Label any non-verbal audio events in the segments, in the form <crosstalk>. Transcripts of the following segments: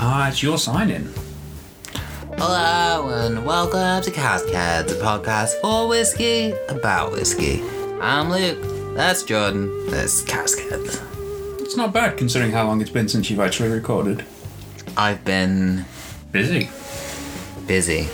Ah, it's your sign in. Hello and welcome to Castcad, the podcast for whiskey about whiskey. I'm Luke. That's Jordan. That's Castcad. It's not bad considering how long it's been since you've actually recorded. I've been Busy. busy.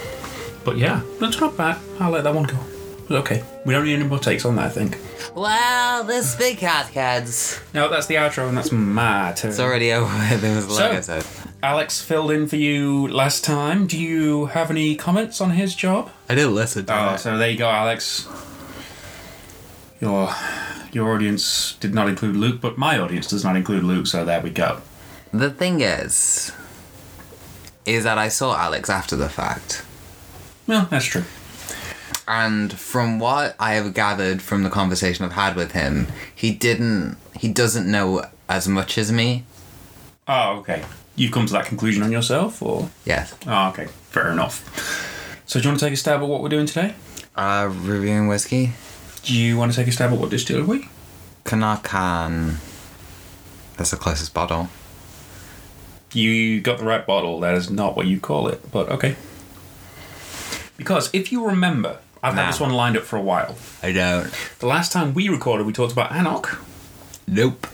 But yeah, that's not bad. I'll let that one go. It's okay. We don't need any more takes on that, I think. Well, this big Castcads. No, that's the outro and that's my turn. It's already <laughs> over with. It was a long So- episode. Alex filled in for you last time. Do you have any comments on his job? I didn't listen to Oh, so there you go, Alex. Your your audience did not include Luke, but my audience does not include Luke, so there we go. The thing is, is that I saw Alex after the fact. Well, that's true. and from what I have gathered from the conversation I've had with him, he didn't he doesn't know as much as me. Oh, okay. You've come to that conclusion on yourself, or? Yes. Oh, okay. Fair enough. So, do you want to take a stab at what we're doing today? Uh reviewing whiskey. Do you want to take a stab at what distillery we? Kanakan That's the closest bottle. You got the right bottle. That is not what you call it, but okay. Because if you remember, I've Nah. had this one lined up for a while. I don't. The last time we recorded, we talked about Anok, Nope.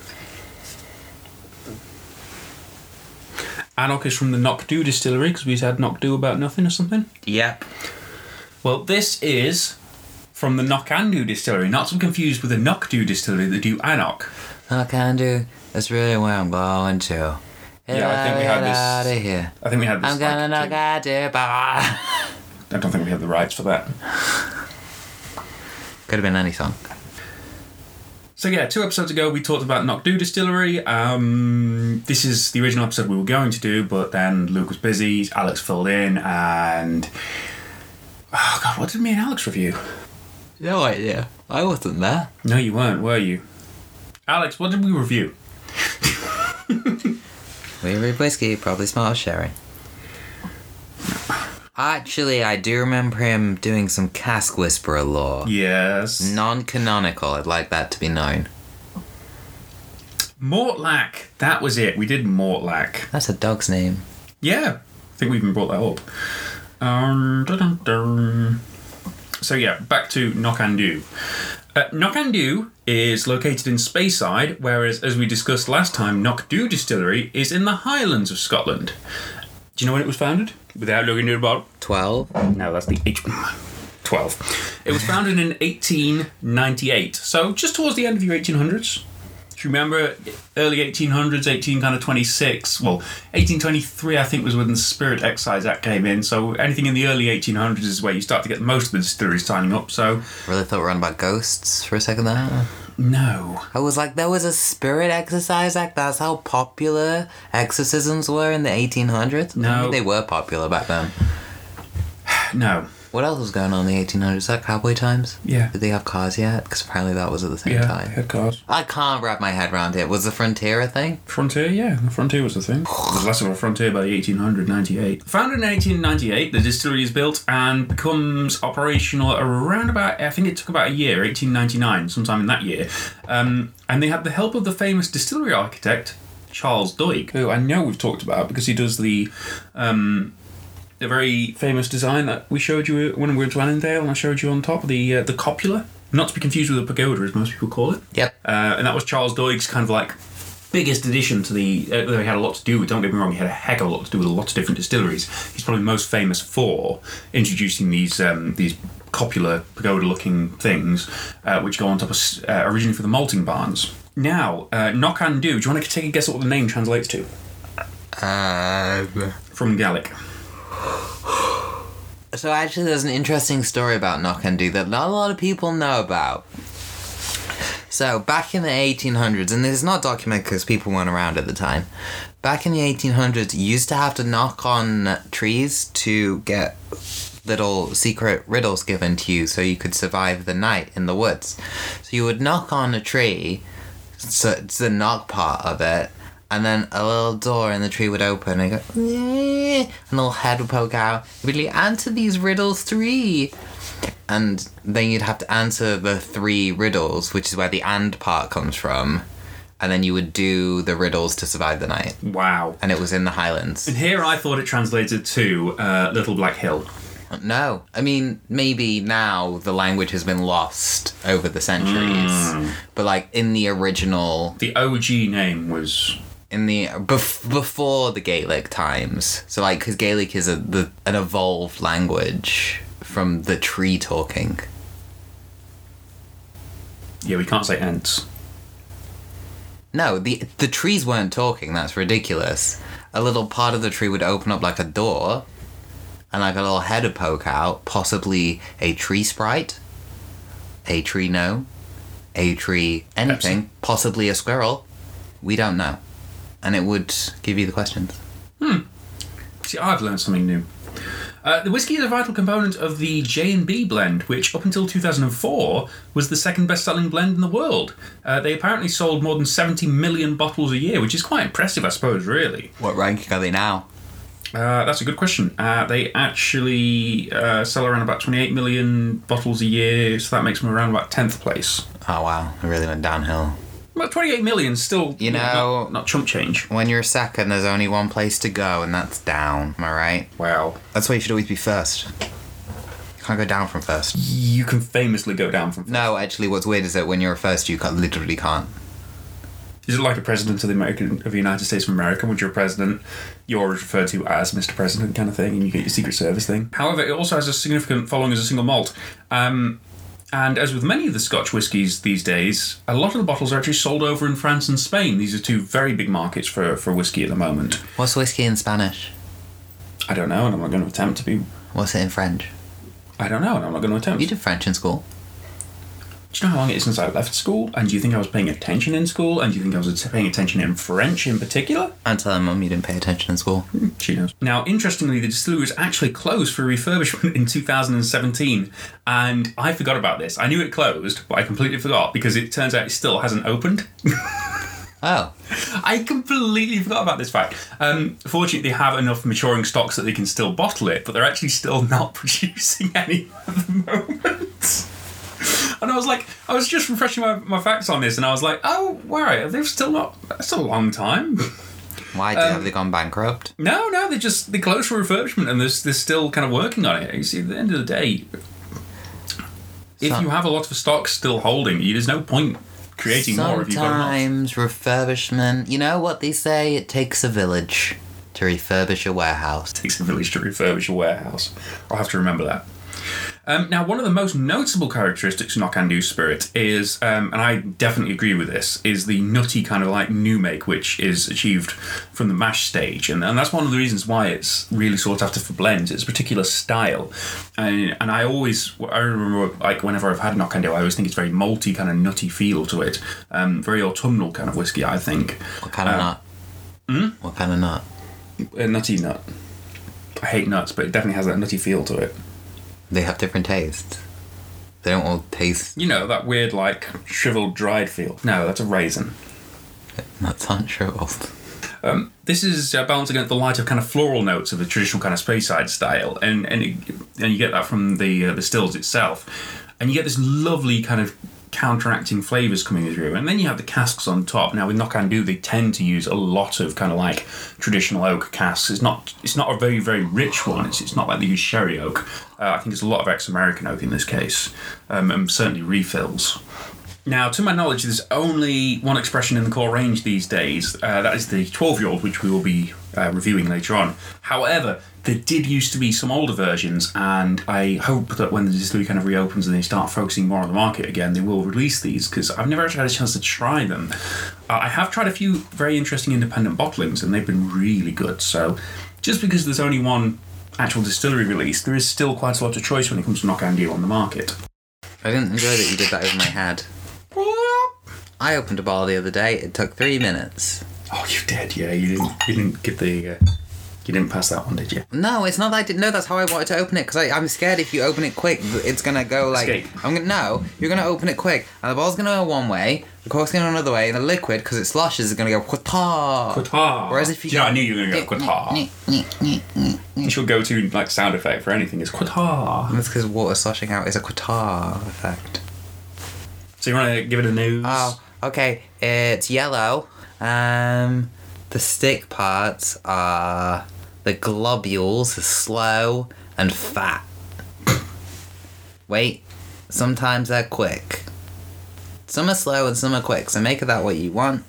Anok is from the Nokdu distillery because we had Nokdu about nothing or something. Yep. Well, this is from the Nokandu distillery, not to be confused with the Nokdu distillery that do Anok. Nakandu, that's really where I'm going to. Yeah, I think we had Get this- out of here. I think we had this. I'm gonna like, knock out <laughs> your bar. I don't think we have the rights for that. Could have been any song. So yeah, two episodes ago we talked about Nokdu Distillery. Um, this is the original episode we were going to do, but then Luke was busy, Alex filled in, and oh god, what did me and Alex review? No idea. I wasn't there. No, you weren't, were you? Alex, what did we review? We read whiskey, probably smell of sherry. Actually, I do remember him doing some cask whisperer lore. Yes, Non canonical, I'd like that to be known. Mortlack. That was it. We did Mortlack. That's a dog's name. Yeah, I think we even brought that up. Um, dun dun dun. So yeah, back to Nokandu. Uh, Nokandu is located in Speyside, whereas, as we discussed last time, Nokdu Distillery is in the Highlands of Scotland. Do you know when it was founded? Without looking at the bottle. 12? No, that's the H. 12. It was founded in 1898, so just towards the end of your 1800s. If you remember, early 1800s, 18 kind of 26, well, 1823 I think was when the Spirit Excise Act came in, so anything in the early 1800s is where you start to get most of the distilleries signing up, so Really thought we were on about ghosts for a second there. no. I was like, there was a spirit exercise act. That's how popular exorcisms were in the 1800s. I No. mean, they were popular back then. No. What else was going on in the 1800s? Is that cowboy times? Yeah. Did they have cars yet? Because apparently that was at the same Yeah, time. head cars. I can't wrap my head around it. Was the Frontier a thing? Frontier, yeah, the Frontier was the thing. It was less of a Frontier by 1898. Founded in 1898, the distillery is built and becomes operational around about, I think it took about a year, 1899, sometime in that year. Um, and they had the help of the famous distillery architect, Charles Duick, who I know we've talked about because he does the. Um, the very famous design that we showed you when we went to Annandale, and I showed you on top the uh, the copula, not to be confused with a pagoda, as most people call it. Yep. Uh, and that was Charles Doig's kind of like biggest addition to the. Uh, though he had a lot to do with, don't get me wrong, he had a heck of a lot to do with a lot of different distilleries. He's probably most famous for introducing these um, these copular pagoda looking things, uh, which go on top of s- uh, originally for the malting barns. Now, uh, Nokandu, do you want to take a guess at what the name translates to Uh, Um, from Gaelic? so actually, there's an interesting story about knock and do that not a lot of people know about. So back in the 1800s, and this is not documented because people weren't around at the time. Back in the 1800s, you used to have to knock on trees to get little secret riddles given to you so you could survive the night in the woods. So you would knock on a tree, so it's the knock part of it, and then a little door in the tree would open and go, "Eh," and a little head would poke out. You'd be like, answer these riddles three. And then you'd have to answer the three riddles, which is where the and part comes from. and then you would do the riddles to survive the night. Wow. And it was in the Highlands. And here I thought it translated to uh, Little Black Hill. No, I mean maybe now the language has been lost over the centuries, but like in the original, The OG name was in the bef- before the Gaelic times, so like because Gaelic is a the, an evolved language from the tree talking. yeah. We can't say Ents. No, the the trees weren't talking. That's ridiculous. A little part of the tree would open up like a door, and like a little head would poke out. Possibly a tree sprite, a tree gnome, a tree anything. Possibly a squirrel. We don't know, and it would give you the questions. See, I've learned something new. Uh, the whiskey is a vital component of the J and B blend, which up until 2004 was the second best-selling blend in the world. Uh, they apparently sold more than 70 million bottles a year, which is quite impressive, I suppose. Really, What ranking are they now? uh, that's a good question. Uh, they actually uh, sell around about 28 million bottles a year, so that makes them around about 10th place. Oh wow, it really went downhill. Well, 28 million is still, You know- not, not chump change. When you're second, there's only one place to go, and that's down. Am I right? Wow. That's why you should always be first. Can't go down from first. You can famously go down from. No, actually, what's weird is that when you're a first, you can't, literally can't. Is it like a president of the American of the United States of America? When you're a president, you're referred to as Mr. President, kind of thing, and you get your Secret Service thing. However, it also has a significant following as a single malt. Um, and as with many of the Scotch whiskies these days, a lot of the bottles are actually sold over in France and Spain. These are two very big markets for, for whiskey at the moment. What's whiskey in Spanish? I don't know, and I'm not going to attempt to be. What's it in French? I don't know, and I'm not going to attempt. You did French in school. do you know how long it is since I left school? And do you think I was paying attention in school? And do you think I was paying attention in French in particular? And tell mum you didn't pay attention in school. She knows. Now, interestingly, the distillery was actually closed for refurbishment in 2017. And I forgot about this. I knew it closed, but I completely forgot because it turns out it still hasn't opened. <laughs> Oh, I completely forgot about this fact. Um, fortunately, they have enough maturing stocks that they can still bottle it, but they're actually still <laughs> not producing any at the moment. <laughs> And I was like, I was just refreshing my, my facts on this, and I was like, oh, wow, they've still not. That's a long time. why Um, did, have they gone bankrupt? No, no, they just they closed for refurbishment, and they're, they're still kind of working on it. You see, at the end of the day, if Some- you have a lot of stock still holding, you, there's no point creating more if you've got enough. Sometimes refurbishment. You know what they say? It takes a village to refurbish a warehouse. takes a village to refurbish a warehouse. I'll have to remember that. Um, now, one of the most notable characteristics of Knockandu spirit is, um, and I definitely agree with this, is the nutty kind of like new make which is achieved from the mash stage, and, and that's one of the reasons why it's really sought after for blends. It's a particular style, and and I always I remember like whenever I've had Knockandu, I always think it's very malty kind of nutty feel to it, um, very autumnal kind of whiskey, I think. What kind Um, of nut? hmm? Mm? What kind of nut? A Uh, nutty nut. I hate nuts, but it definitely has that nutty feel to it. They have different tastes. They don't all taste. You know, that weird, like, shriveled, dried feel. No, that's a raisin. Nuts <laughs> aren't shriveled. This is uh, balanced against the light of kind of floral notes of the traditional kind of Speyside style, and and, it, and you get that from the uh, the stills itself, and you get this lovely kind of counteracting flavors coming through, and then you have the casks on top. Now with Knockandu, they tend to use a lot of kind of like traditional oak casks. It's not it's not a very very rich one. It's, it's not like they use sherry oak. Uh, I think it's a lot of ex-American oak in this case, um, and certainly refills. Now, to my knowledge, there's only one expression in the core range these days. Uh, that is the 12 year old, which we will be uh, reviewing later on. However, there did used to be some older versions, and I hope that when the distillery kind of reopens and they start focusing more on the market again, they will release these because I've never actually had a chance to try them. Uh, I have tried a few very interesting independent bottlings, and they've been really good. So, just because there's only one actual distillery release, there is still quite a lot of choice when it comes to knock and deal on the market. I didn't enjoy that you did that over my head. I opened a bottle the other day. It took three minutes. Oh, you did, yeah. You didn't. You didn't get the. Uh, you didn't pass that one, did you? No, it's not that I didn't know. That's how I wanted to open it because I'm scared if you open it quick, th- it's gonna go like. Escape. I'm gonna no. You're gonna open it quick, and the ball's gonna go one way, the cork's gonna go another way, and the liquid because it sloshes is gonna go quata. Qatar. Whereas if you Do you know, go- I knew you were going to go Qatar. It's your go-to like sound effect for anything is Qatar. That's because water sloshing out is a quata effect. So you want to give it a nose? Oh, Okay, it's yellow. Um, the stick parts are the globules are slow and fat. Wait, sometimes they're quick. Some are slow and some are quick, so make of that what you want.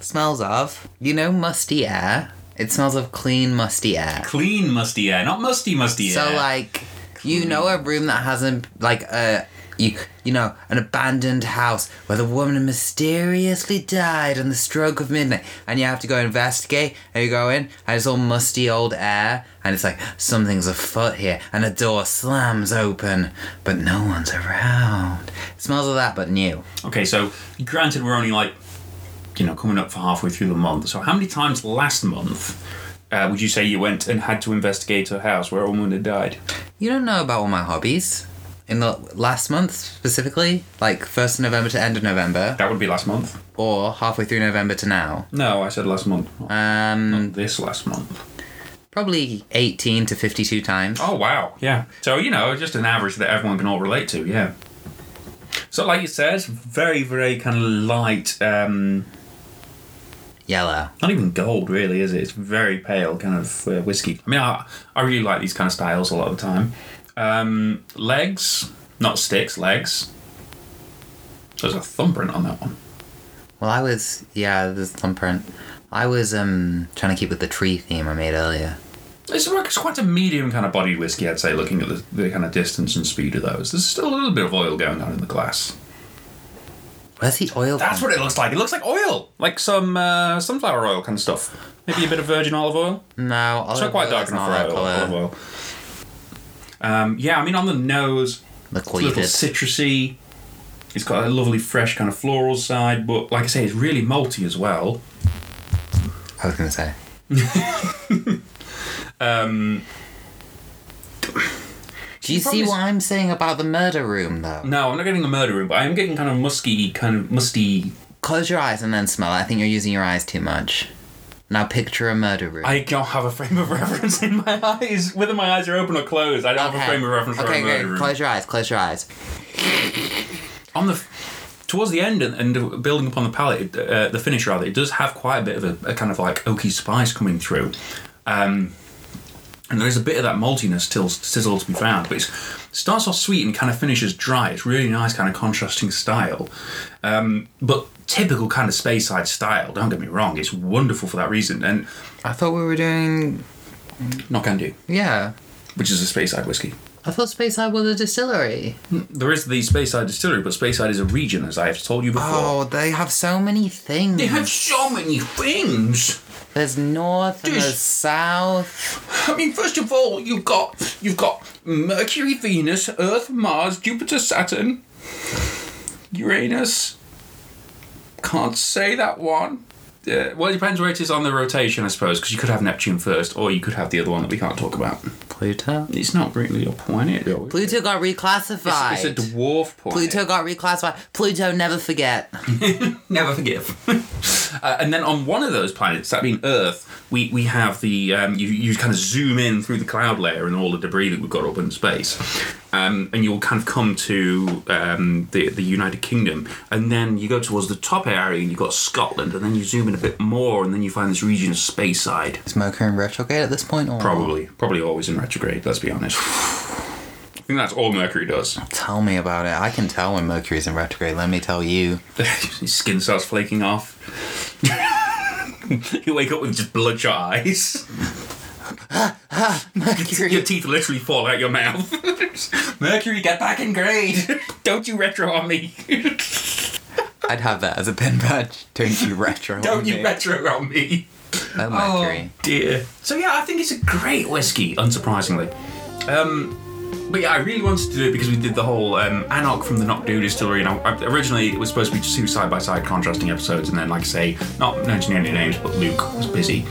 Smells of, you know, musty air. It smells of clean, musty air. Clean musty air, not musty musty air. So like you know a room that hasn't like a you you know an abandoned house where the woman mysteriously died on the stroke of midnight and you have to go investigate and you go in and it's all musty old air and it's like something's afoot here and a door slams open but no one's around. It smells of that but new. Okay, so granted, we're only like, you know, coming up for halfway through the month. So how many times last month uh, would you say you went and had to investigate a house where a woman had died? You don't know about all my hobbies. In the last month specifically, like first of November to end of November, That would be last month. or halfway through November to now. No, I said last month. Um, This last month. probably 18 to 52 times. Oh wow, yeah. So you know, just an average that everyone can all relate to, yeah. So like you said, very very kind of light. Um, Yellow. not even gold really, is it? It's very pale kind of uh, whiskey. I mean, I I really like these kind of styles a lot of the time. Um, legs, not sticks, legs. There's a thumbprint on that one. Well, I was, yeah, there's thumbprint. I was um trying to keep with the tree theme I made earlier. It's, like- it's quite a medium kind of bodied whiskey, I'd say, looking at the, the kind of distance and speed of those. There's still a little bit of oil going on in the glass. Where's the oil That's from? what it looks like. It looks like oil, like some uh, sunflower oil kind of stuff. Maybe a bit of virgin olive oil. No, It's not quite dark enough for that oil, olive colour. oil. Um, yeah, I mean on the nose, it's a little Liquid. citrusy. It's got a lovely fresh kind of floral side, but like I say, it's really malty as well. I was going to say. <laughs> Um, Do you probably see what I'm saying about the murder room, though? no, I'm not getting a murder room, but I am getting kind of musky, kind of musty. Close your eyes and then smell it. I think you're using your eyes too much. Now picture a murder room. I don't have a frame of reference in my <laughs> eyes, whether my eyes are open or closed. I don't have a frame of reference for okay, a great. murder room. Close your eyes. Close your eyes. on the towards the end and, and building upon the palate, it, uh, the finish rather, it does have quite a bit of a, a kind of like oaky spice coming through, um, and there is a bit of that maltiness still sizzle to be found. But it starts off sweet and kind of finishes dry. It's really nice, kind of contrasting style, um, but typical kind of space side style. Don't get me wrong, it's wonderful for that reason. And I thought we were doing. not Candu, Yeah. which is a space side whiskey. I thought Space High was a distillery. There is the space side distillery, but space side is a region, as I have told you before. Oh, they have so many things. They have so many things. There's north and Dude. there's south. I mean, first of all, you've got you've got Mercury, Venus, Earth, Mars, Jupiter, Saturn, Uranus. Can't say that one. Uh, well, it depends where it is on the rotation, I suppose, because you could have Neptune first, or you could have the other one that we can't talk about. Pluto. It's not really a planet. though. It's, Pluto got it's reclassified. a dwarf planet. Pluto got reclassified. Pluto never forget. Never forgive. <laughs> uh, and then on one of those planets, that being Earth, we, we have the um, you, you kind of zoom in through the cloud layer and all the debris that we've got up in space, um, and you'll kind of come to um, the the United Kingdom, and then you go towards the top area and you've got Scotland, and then you zoom in a bit more, and then you find this region of space side. Is Mercury in retrograde at this point? Or Probably, probably always in retrograde. Let's be honest. <sighs> I think that's all Mercury does. Tell me about it. I can tell when Mercury's in retrograde. Let me tell you. His skin starts flaking off. <laughs> you wake up with just bloodshot eyes. Your Mercury. teeth literally fall out your mouth. <laughs> Mercury, get back in grade. Don't you retro on me. I'd have that as a pin badge. <laughs> Don't you retro. Don't on you <laughs> me. retro on me. Oh, Mercury. dear. So yeah, I think it's a great whiskey, unsurprisingly. Um, but yeah, I really wanted to do it because we did the whole um, Anok from the Knockdo distillery, and I, I- originally it was supposed to be two side by side contrasting episodes, and then like I say, not mentioning any names, but Luke was busy,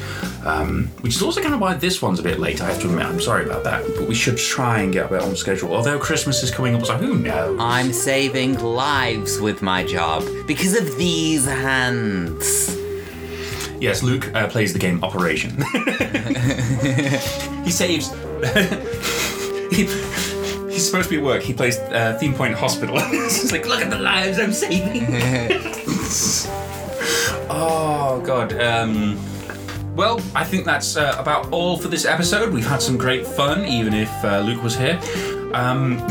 um, which is also kind of why this one's a bit late. I have to admit, I'm sorry about that, but we should try and get a bit on schedule. Although Christmas is coming up, so who knows? I'm saving lives with my job because of these hands. Yes, Luke uh, plays the game Operation. <laughs> he saves. he, he's supposed to be at work. He plays uh, Theme Point Hospital. <laughs> He's like, look at the lives I'm saving. <laughs> oh god. Um, well, I think that's uh, about all for this episode. We've had some great fun, even if uh, Luke was here. Um,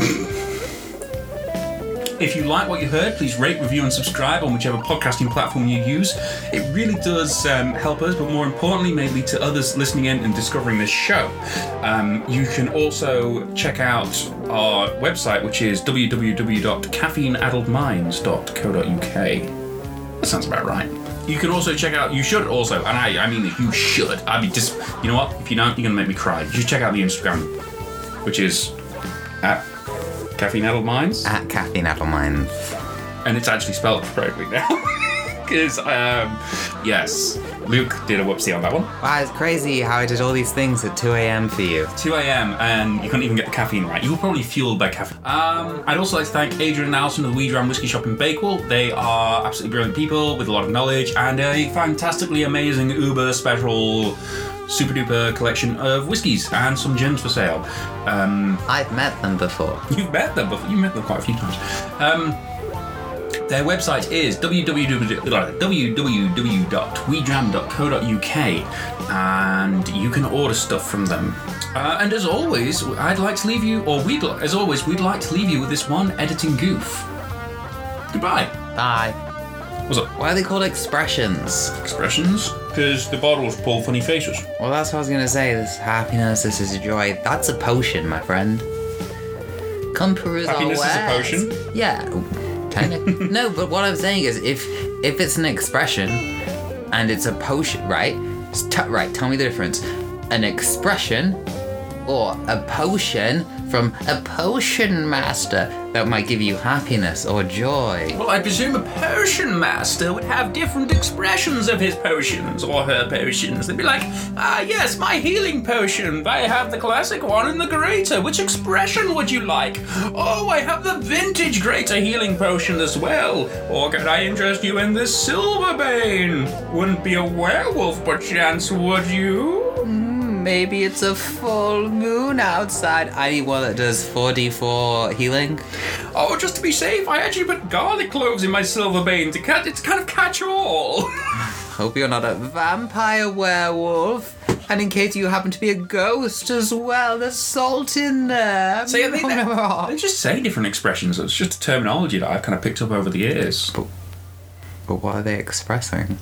if you like what you heard, please rate, review, and subscribe on whichever podcasting platform you use. It really does um, help us, but more importantly, maybe to others listening in and discovering this show. Um, you can also check out our website, which is www.caffeineaddledminds.co.uk. That sounds about right. You can also check out. You should also, and I, I mean, that you should. I'd be just. You know what? If you don't, you're gonna make me cry. You should check out the Instagram, which is at Caffeine Addled Minds At Caffeine Adelmine. and it's actually spelled correctly now. <laughs> Because, um, yes, Luke did a whoopsie on that one. Wow, it's crazy how I did all these things at 2 a.m. for you. 2 a.m. and you couldn't even get the caffeine right. You were probably fueled by caffeine. Um, I'd also like to thank Adrian and Alison of the Weed Ram Whiskey Shop in Bakewell. They are absolutely brilliant people with a lot of knowledge and a fantastically amazing uber special super duper collection of whiskies and some gins for sale. Um, I've met them before. You've met them before. You've met them quite a few times. Um, their website is www.wedram.co.uk and you can order stuff from them. Uh, and as always, I'd like to leave you, or we'd li- as always, we'd like to leave you with this one editing goof. Goodbye. Bye. What's up? Why are they called expressions? Expressions? Because the bottles pull funny faces. Well, that's what I was gonna say. This happiness, this is joy. That's a potion, my friend. Come peruse Happiness is a our wares. potion? <laughs> Yeah. technic- no, but what I'm saying is, if if it's an expression and it's a potion, right? S- T- right. Tell me the difference. An expression or a potion from a potion master that might give you happiness or joy. Well, I presume a potion master would have different expressions of his potions or her potions. They'd be like, ah, yes, my healing potion. I have the classic one and the greater. Which expression would you like? Oh, I have the vintage greater healing potion as well. Or could I interest you in this silver bane? Wouldn't be a werewolf, perchance, would you? Maybe it's a full moon outside. I need one that does 4d4 healing. Oh, just to be safe, I actually put garlic cloves in my silver bane to, ca- to kind of catch <laughs> all. Hope you're not a vampire werewolf. And in case you happen to be a ghost as well, there's salt in there. Oh, So <laughs> yeah, they, they, they just say different expressions. It's just a terminology that I've kind of picked up over the years. but what are they expressing?